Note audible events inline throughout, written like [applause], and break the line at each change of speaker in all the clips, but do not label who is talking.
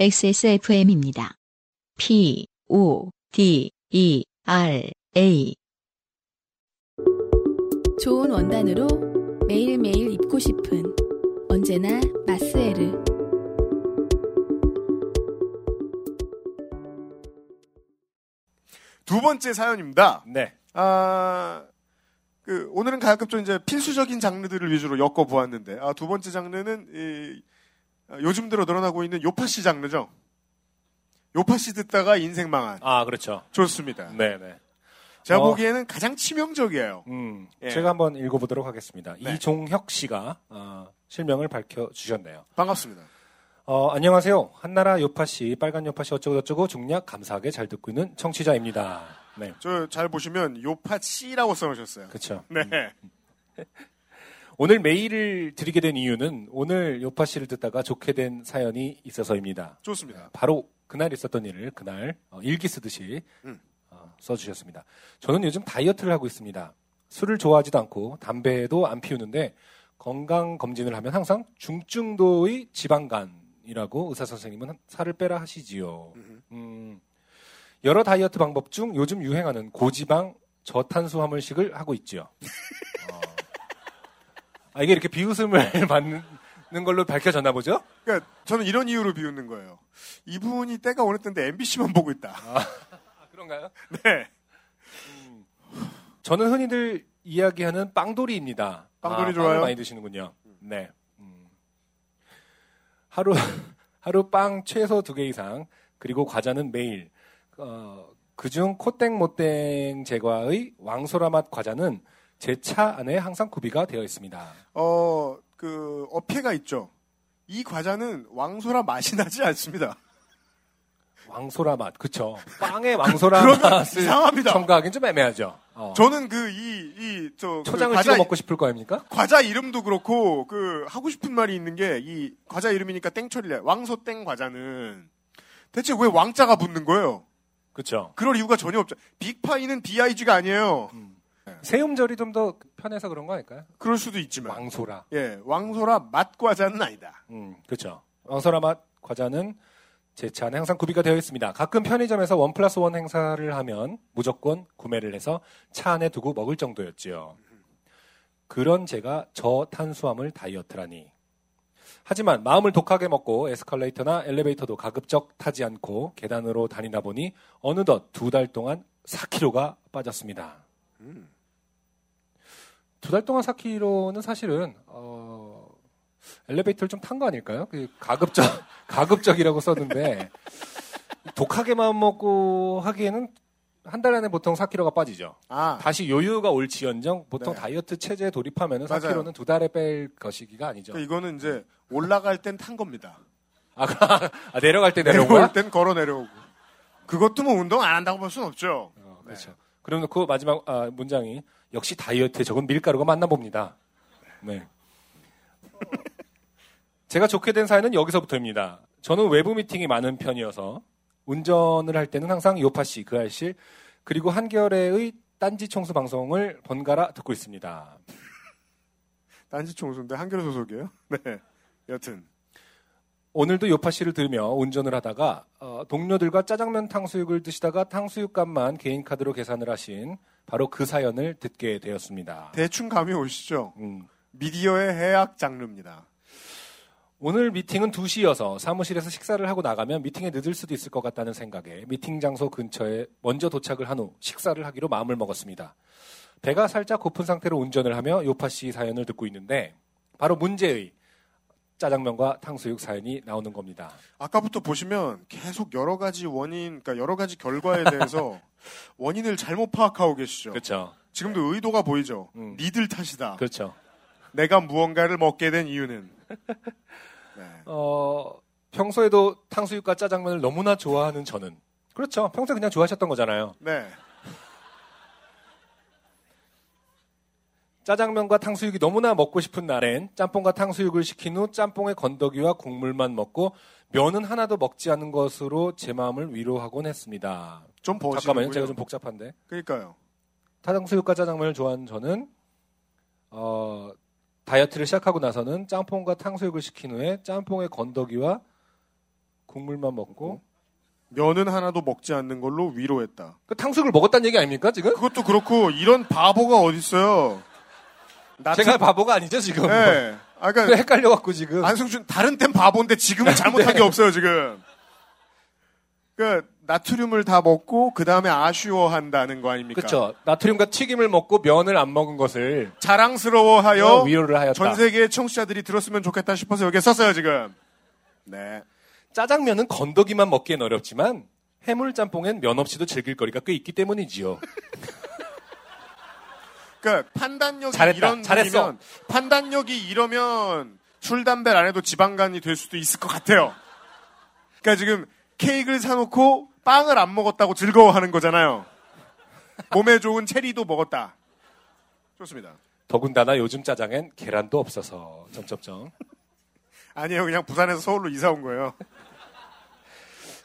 XSFM입니다. P, O, D, E, R, A.
좋은 원단으로 매일매일 입고 싶은 언제나 마스에르
두 번째 사연입니다.
네.
아, 그, 오늘은 가급 적 이제 필수적인 장르들을 위주로 엮어보았는데, 아, 두 번째 장르는, 이, 아, 요즘 들어 늘어나고 있는 요파시 장르죠. 요파시 듣다가 인생 망한.
아, 그렇죠.
좋습니다.
네, 네.
제가
어.
보기에는 가장 치명적이에요.
음,
예.
제가 한번 읽어보도록 하겠습니다.
네.
이종혁 씨가 어, 실명을 밝혀주셨네요.
반갑습니다.
어, 안녕하세요. 한나라 요파 씨, 빨간 요파 씨 어쩌고저쩌고 중략 감사하게 잘 듣고 있는 청취자입니다. 네,
저 잘 보시면 요파치라고 써놓으셨어요.
그렇죠.
네.
오늘 메일을 드리게 된 이유는 오늘 요파 씨를 듣다가 좋게 된 사연이 있어서입니다.
좋습니다.
바로 그날 있었던 일을 그날 어, 일기 쓰듯이
음.
어, 써주셨습니다. 저는 요즘 다이어트를 하고 있습니다. 술을 좋아하지도 않고 담배도 안 피우는데 건강 검진을 하면 항상 중증도의 지방간이라고 의사 선생님은 살을 빼라 하시지요. 음, 여러 다이어트 방법 중 요즘 유행하는 고지방 저탄수 화물식을 하고 있지요. 어. 아, 이게 이렇게 비웃음을 [laughs] 받는 걸로 밝혀졌나 보죠?
그러니까 저는 이런 이유로 비웃는 거예요. 이분이 때가 오랬던데 MBC만 보고 있다.
그런가요?
[laughs]
음.
네.
저는 흔히들 이야기하는 빵돌이입니다.
빵돌이
아,
좋아요?
빵을 많이 드시는군요. 네. 음. 하루 [laughs] 하루 빵 최소 두 개 이상 그리고 과자는 매일. 어, 그중 코땡 모땡 제과의 왕소라 맛 과자는 제 차 안에 항상 구비가 되어 있습니다.
어, 그, 어폐가 있죠. 이 과자는 왕소라 맛이 나지
[laughs]
않습니다.
왕소라 맛, 그쵸? 빵에 왕소라
[laughs] 그러면
맛을
이상합니다.
아, 네. 첨가하긴 좀 애매하죠. 어.
저는 그, 이, 이, 저, 그
초장을
과자,
찍어 먹고 싶을 거 아닙니까?
과자 이름도 그렇고, 그, 하고 싶은 말이 있는 게, 이, 과자 이름이니까 땡처리래. 왕소 땡 과자는. 대체 왜 왕자가 붙는 거예요?
그쵸?
그럴 이유가 전혀 없죠. 빅파이는 BIG가 아니에요.
세음절이 좀 더 편해서 그런 거 아닐까요?
그럴 수도 있지만.
왕소라.
예, 왕소라 맛 과자는 아니다.
음, 그렇죠. 왕설아 맛 과자는 제 차 안에 항상 구비가 되어 있습니다. 가끔 편의점에서 원 플러스 원 행사를 하면 무조건 구매를 해서 차 안에 두고 먹을 정도였지요. 그런 제가 저탄수화물 다이어트라니. 하지만 마음을 독하게 먹고 에스컬레이터나 엘리베이터도 가급적 타지 않고 계단으로 다니다 보니 어느덧 두 달 동안 4kg가 빠졌습니다.
음.
두 달 동안 4kg는 사실은 어, 엘리베이터를 좀 탄 거 아닐까요? 그 가급적 [laughs] 가급적이라고 썼는데 독하게만 먹고 하기에는 한 달 안에 보통 4kg가 빠지죠.
아,
다시 요요가 올지연정 보통
네.
다이어트 체제에 돌입하면
맞아요.
4kg는 두 달에 뺄 것이기가 아니죠.
그러니까 이거는 이제 올라갈 땐 탄 겁니다.
아, 아, 내려갈 때 내려온 거야?
내려올 땐 걸어 내려오고. 그것도 뭐 운동 안 한다고 볼 수는 없죠.
어, 그렇죠. 그럼 그 마지막 아, 문장이 역시 다이어트에 적은 밀가루가 맞나 봅니다. 네. 제가 좋게 된 사연은 여기서부터입니다. 저는 외부 미팅이 많은 편이어서 운전을 할 때는 항상 요파 씨, 그 알실 그리고 한겨레의 딴지 청소 방송을 번갈아 듣고 있습니다.
딴지 총수인데 한겨레 소속이에요. [laughs] 네. 여튼
오늘도 요파 씨를 들으며 운전을 하다가 어, 동료들과 짜장면 탕수육을 드시다가 탕수육 값만 개인 카드로 계산을 하신 바로 그 사연을 듣게 되었습니다.
대충 감이 오시죠.
음.
미디어의 해악 장르입니다.
오늘 미팅은 2시여서 사무실에서 식사를 하고 나가면 미팅에 늦을 수도 있을 것 같다는 생각에 미팅 장소 근처에 먼저 도착을 한 후 식사를 하기로 마음을 먹었습니다. 배가 살짝 고픈 상태로 운전을 하며 요파 씨 사연을 듣고 있는데 바로 문제의 짜장면과 탕수육 사연이 나오는 겁니다.
아까부터 보시면 계속 여러 가지 원인, 그러니까 여러 가지 결과에
[laughs]
대해서 원인을 잘못 파악하고 계시죠.
그렇죠.
지금도 의도가 보이죠.
음.
니들 탓이다.
그렇죠.
내가 무언가를 먹게 된 이유는 네.
어, 평소에도 탕수육과 짜장면을 너무나 좋아하는 저는 그렇죠. 평소에 그냥 좋아하셨던 거잖아요.
네.
짜장면과 탕수육이 너무나 먹고 싶은 날엔 짬뽕과 탕수육을 시킨 후 짬뽕의 건더기와 국물만 먹고 면은 하나도 먹지 않은 것으로 제 마음을 위로하곤 했습니다.
좀 버시.
잠깐만요. 제가 좀 복잡한데.
그러니까요.
탕수육과 짜장면을 좋아하는 저는 어, 다이어트를 시작하고 나서는 짬뽕과 탕수육을 시킨 후에 짬뽕의 건더기와 국물만 먹고
면은 하나도 먹지 않는 걸로 위로했다.
그 탕수육을 먹었다는 얘기 아닙니까 지금?
그것도 그렇고 이런 바보가 어딨어요. 나
제가 바보가 아니죠 지금. 네.
예. 아,
[laughs] 그래,
그러니까
헷갈려갖고 지금.
안승준 다른 땐 바보인데
네,
지금은 잘못한 게 없어요 지금. 그러니까 나트륨을 다 먹고 그 다음에 아쉬워한다는 거 아닙니까?
그렇죠. 나트륨과 튀김을 먹고 면을 안 먹은 것을
자랑스러워하여
어, 위로를 하였다.
전 세계의 청취자들이 들었으면 좋겠다 싶어서 여기에 썼어요 지금. 네.
짜장면은 건더기만 먹기엔 어렵지만 해물 짬뽕엔 면 없이도 즐길 거리가 꽤 있기 때문이지요.
그러니까 판단력이
잘했다.
이런
잘했어.
분이면 판단력이 이러면 술 담배를 안 해도 지방간이 될 수도 있을 것 같아요. 그러니까 지금 케이크를 사놓고 빵을 안 먹었다고 즐거워하는 거잖아요. 몸에 좋은 체리도 먹었다. 좋습니다.
더군다나 요즘 짜장엔 계란도 없어서 점점점.
아니에요. 그냥 부산에서 서울로 이사 온 거예요.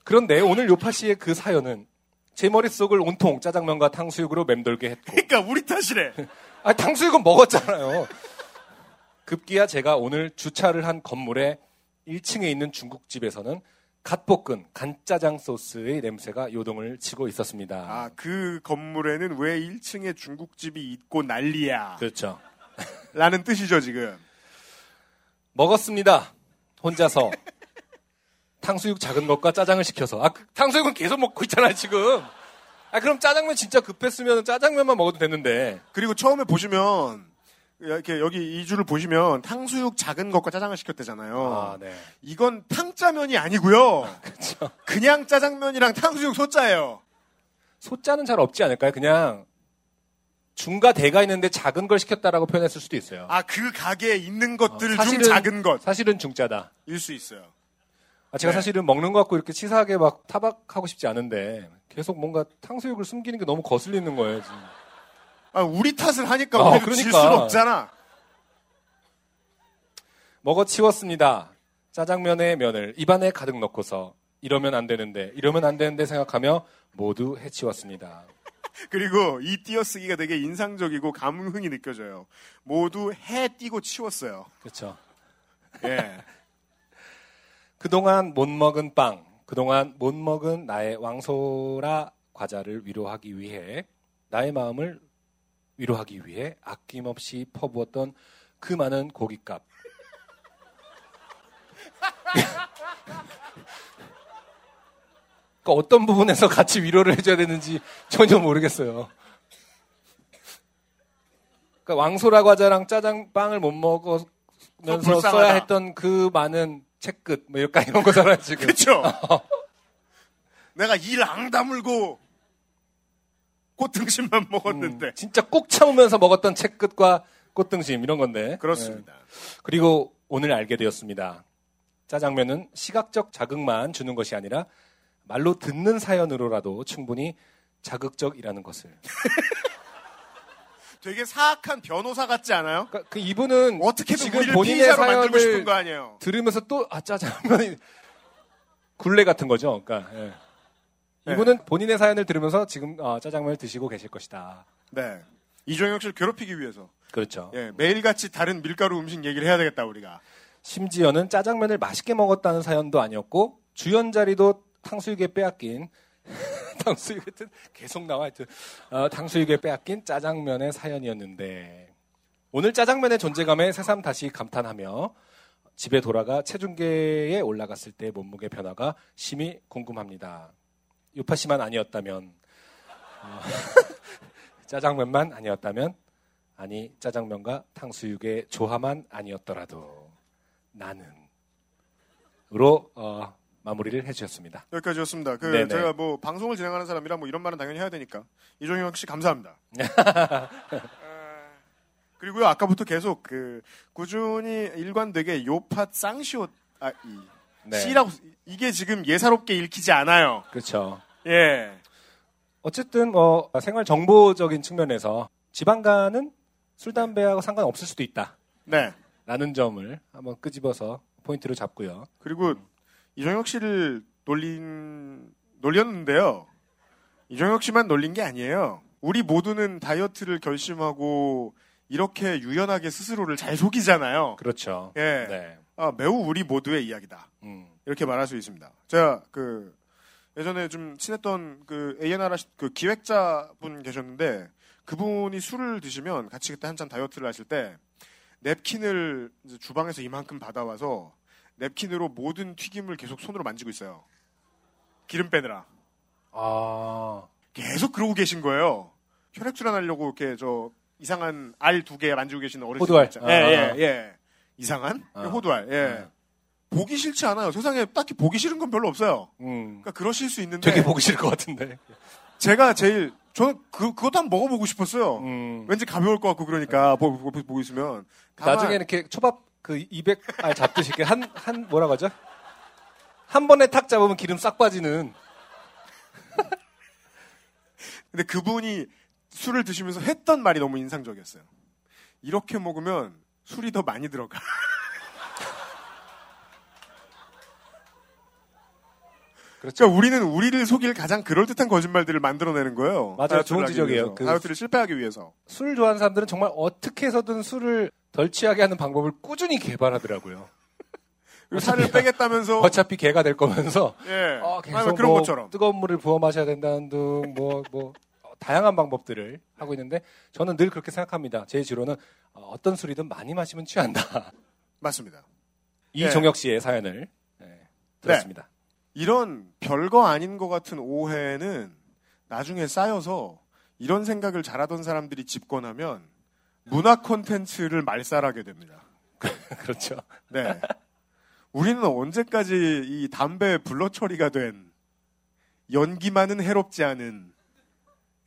그런데 오늘 요파 씨의 그 사연은 제 머릿속을 온통 짜장면과 탕수육으로 맴돌게 했고
그러니까 우리 탓이래.
아, 탕수육은 먹었잖아요. 급기야 제가 오늘 주차를 한 건물의 1층에 있는 중국집에서는 갓 볶은 간짜장 소스의 냄새가 요동을 치고 있었습니다.
아, 그 건물에는 왜 1층에 중국집이 있고 난리야.
그렇죠.
라는 뜻이죠, 지금.
먹었습니다. 혼자서. 탕수육 작은 것과 짜장을 시켜서. 아, 그 탕수육은 계속 먹고 있잖아, 지금. 아, 그럼 짜장면 진짜 급했으면 짜장면만 먹어도 됐는데.
그리고 처음에 보시면 이렇게 여기 이주를 보시면 탕수육 작은 것과 짜장을 시켰대잖아요.
아, 네.
이건 탕짜면이 아니고요.
그렇죠.
그냥 짜장면이랑 탕수육 소짜예요.
소자는 잘 없지 않을까요? 그냥 중과 대가 있는데 작은 걸 시켰다라고 표현했을 수도 있어요.
아 그 가게에 있는 것들
어,
중 작은 것일
사실은 중짜다.
수 있어요.
아, 제가
네.
사실은 먹는 것 같고 이렇게 치사하게 막 타박하고 싶지 않은데 계속 뭔가 탕수육을 숨기는 게 너무 거슬리는 거예요. 지금.
아, 우리 탓을 하니까
아,
우리도
그러니까.
질 수는 없잖아.
먹어치웠습니다. 짜장면에 면을 입안에 가득 넣고서 이러면 안 되는데 이러면 안 되는데 생각하며 모두 해치웠습니다.
그리고 이 띄어쓰기가 되게 인상적이고 감흥이 느껴져요. 모두 해 띄고 치웠어요.
그렇죠.
예.
그동안 못 먹은 빵, 그동안 못 먹은 나의 왕소라 과자를 위로하기 위해 나의 마음을 위로하기 위해 아낌없이 퍼부었던 그 많은 고깃값. 그 어떤 부분에서 같이 위로를 해줘야 되는지 전혀 모르겠어요. 그러니까 왕소라 과자랑 짜장빵을 못
그거
먹으면서
불쌍하다.
써야 했던 그 많은 책끝 뭐 이런 이런 거잖아요 지금.
그렇죠. [laughs] 내가 일앙 다물고 꽃등심만 먹었는데
음, 진짜 꼭 참으면서 먹었던 책끝과 꽃등심 이런 건데.
그렇습니다.
예. 그리고 오늘 알게 되었습니다. 짜장면은 시각적 자극만 주는 것이 아니라 말로 듣는 사연으로라도 충분히 자극적이라는 것을.
되게 사악한 변호사 같지 않아요?
그러니까 그 이분은
어떻게든
지금
우리를
본인의
피의자로 만들고 싶은
사연을
거 아니에요?
들으면서 또 아 짜장면이 굴레 같은 거죠. 그러니까 예.
네.
이분은 본인의 사연을 들으면서 지금 아, 짜장면을 드시고 계실 것이다.
네. 이종혁 씨를 괴롭히기 위해서
그렇죠.
예, 매일같이 다른 밀가루 음식 얘기를 해야 되겠다 우리가
심지어는 짜장면을 맛있게 먹었다는 사연도 아니었고 주연 자리도 탕수육에 빼앗긴 [laughs] 탕수육 하여튼 계속 나와 하여튼 어, 탕수육에 빼앗긴 짜장면의 사연이었는데 오늘 짜장면의 존재감에 새삼 다시 감탄하며 집에 돌아가 체중계에 올라갔을 때 몸무게 변화가 심히 궁금합니다. 유파 씨만 아니었다면 어, [laughs] 짜장면만 아니었다면 아니 짜장면과 탕수육의 조화만 아니었더라도 나는 으로 어, 마무리를 해주셨습니다.
여기까지였습니다. 그
네네.
제가 뭐 방송을 진행하는 사람이라 뭐 이런 말은 당연히 해야 되니까 이종혁 씨
[laughs]
감사합니다. 어, 그리고요 아까부터 계속 그 꾸준히 일관되게 요팟 쌍시옷 아이
네.
C라고 이게 지금 예사롭게 읽히지 않아요.
그렇죠.
예.
어쨌든 뭐 생활 정보적인 측면에서 지방간은 술 담배하고 상관없을 수도 있다라는
네.
점을 한번 끄집어서 포인트로 잡고요.
그리고 이정혁 씨를 놀린 놀렸는데요. 이정혁 씨만 놀린 게 아니에요. 우리 모두는 다이어트를 결심하고 이렇게 유연하게 스스로를 잘 속이잖아요.
그렇죠.
예.
네.
아, 매우 우리 모두의 이야기다.
음.
이렇게 말할 수 있습니다. 제가 그 예전에 좀 친했던 그 A&R 하시, 그 기획자 분 계셨는데 그분이 술을 드시면 같이 그때 한참 다이어트를 하실 때 냅킨을 이제 주방에서 이만큼 받아와서 냅킨으로 모든 튀김을 계속 손으로 만지고 있어요. 기름 빼느라.
아,
계속 그러고 계신 거예요. 혈액순환 하려고 이렇게 저 이상한 알 두 개 만지고 계시는 어르신.
호두알.
있죠.
아.
예, 예, 예. 이상한?
아.
호두알. 예. 보기 싫지 않아요. 세상에 딱히 보기 싫은 건 별로 없어요.
음,
그러니까 그러실 수 있는데
되게 보기 싫을 것 같은데.
제가 제일 저는 그 그것도 한번 먹어보고 싶었어요.
음, 네.
왠지 가벼울 것 같고 그러니까 보, 보, 보, 보고 있으면 다만
나중에 이렇게 초밥 그 200알 잡듯이 이렇게 한, 한, 뭐라고 하죠? 한 번에 탁 잡으면 기름 싹 빠지는.
근데 그분이 술을 드시면서 했던 말이 너무 인상적이었어요. 이렇게 먹으면 술이 더 많이 들어가.
그렇죠.
그러니까 우리는 우리를 속일 가장 그럴듯한 거짓말들을 만들어내는 거예요.
맞아요.
다이어트를
좋은
하기
지적이에요.
위해서.
그-
다이어트를 실패하기 위해서.
술 좋아하는 사람들은 정말 어떻게 해서든 술을 덜 취하게 하는 방법을 꾸준히 개발하더라고요.
그리고 살을 빼겠다면서
[laughs] 어차피 개가 될 거면서
예.
어, 계속
아니, 그런
뭐
것처럼.
뜨거운 물을 부어 마셔야 된다는 등 뭐 뭐 다양한 방법들을 하고 있는데 저는 늘 그렇게 생각합니다. 제 지로는 어, 어떤 술이든 많이 마시면 취한다.
맞습니다. 네.
이종혁 씨의 사연을 예, 들었습니다.
이런 별거 아닌 것 같은 오해는 나중에 쌓여서 이런 생각을 잘하던 사람들이 집권하면 문화 콘텐츠를 말살하게 됩니다.
[laughs] 그렇죠. [laughs]
네. 우리는 언제까지 이 담배 불러 처리가 된 연기만은 해롭지 않은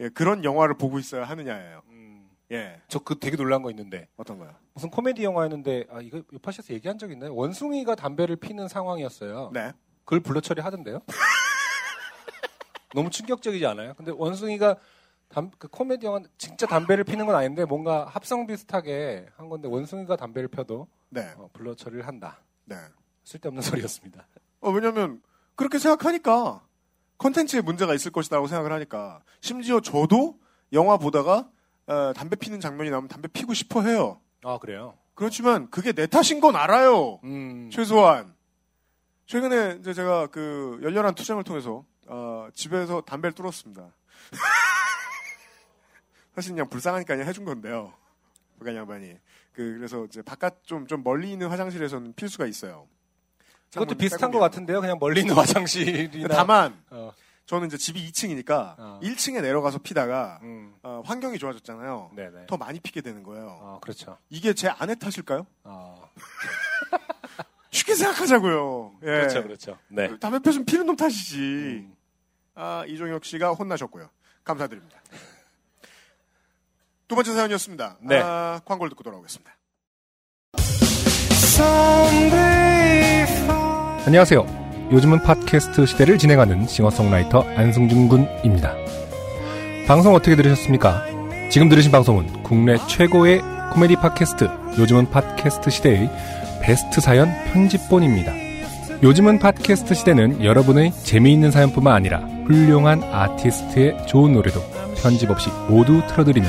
예, 그런 영화를 보고 있어야 하느냐예요. 예.
저 그 되게 놀란 거 있는데
어떤 거요?
무슨 코미디 영화였는데 아 이거 요파시에서 얘기한 적 있나요? 원숭이가 담배를 피는 상황이었어요.
네.
그걸 불러 [laughs] 처리하던데요? 너무 충격적이지 않아요? 근데 원숭이가 담, 그 코미디 영화 진짜 담배를 피는 건 아닌데 뭔가 합성 비슷하게 한 건데 원숭이가 담배를 펴도
네.
어, 불러 처리를 한다.
네.
쓸데없는 [laughs] 소리였습니다.
어, 왜냐면 그렇게 생각하니까 컨텐츠에 문제가 있을 것이라고 생각을 하니까 심지어 저도 영화 보다가 어, 담배 피는 장면이 나오면 담배 피고 싶어 해요.
아 그래요?
그렇지만 그게 내 탓인 건 알아요.
음.
최소한 최근에 이제 제가 그 열렬한 투쟁을 통해서 어, 집에서 담배를 뚫었습니다. [laughs] 사실 그냥 불쌍하니까 그냥 해준 건데요. 그간 양반이 그 그래서 이제 바깥 좀 좀 멀리 있는 화장실에서는 필수가 있어요. 뭐
그것도
창문
비슷한 것
깔고
같은데요. 그냥 멀리 있는
있는.
화장실이나
다만
어,
저는 이제 집이 2층이니까
어.
1층에 내려가서 피다가
음.
어, 환경이 좋아졌잖아요.
네네.
더 많이 피게 되는 거예요.
아 그렇죠.
이게 제 아내 탓일까요?
아,
쉽게 생각하자고요. 예.
그렇죠, 그렇죠. 네.
담배 펴면 피는 놈 탓이지.
음.
아, 이종혁 씨가 혼나셨고요. 감사드립니다. 두 번째 사연이었습니다.
네.
아, 광고를 듣고 돌아오겠습니다.
안녕하세요. 요즘은 팟캐스트 시대를 진행하는 싱어송라이터 안승준 군입니다. 방송 어떻게 들으셨습니까? 지금 들으신 방송은 국내 최고의 코미디 팟캐스트 요즘은 팟캐스트 시대의 베스트 사연 편집본입니다. 요즘은 팟캐스트 시대는 여러분의 재미있는 사연뿐만 아니라 훌륭한 아티스트의 좋은 노래도 편집 없이 모두 틀어드리는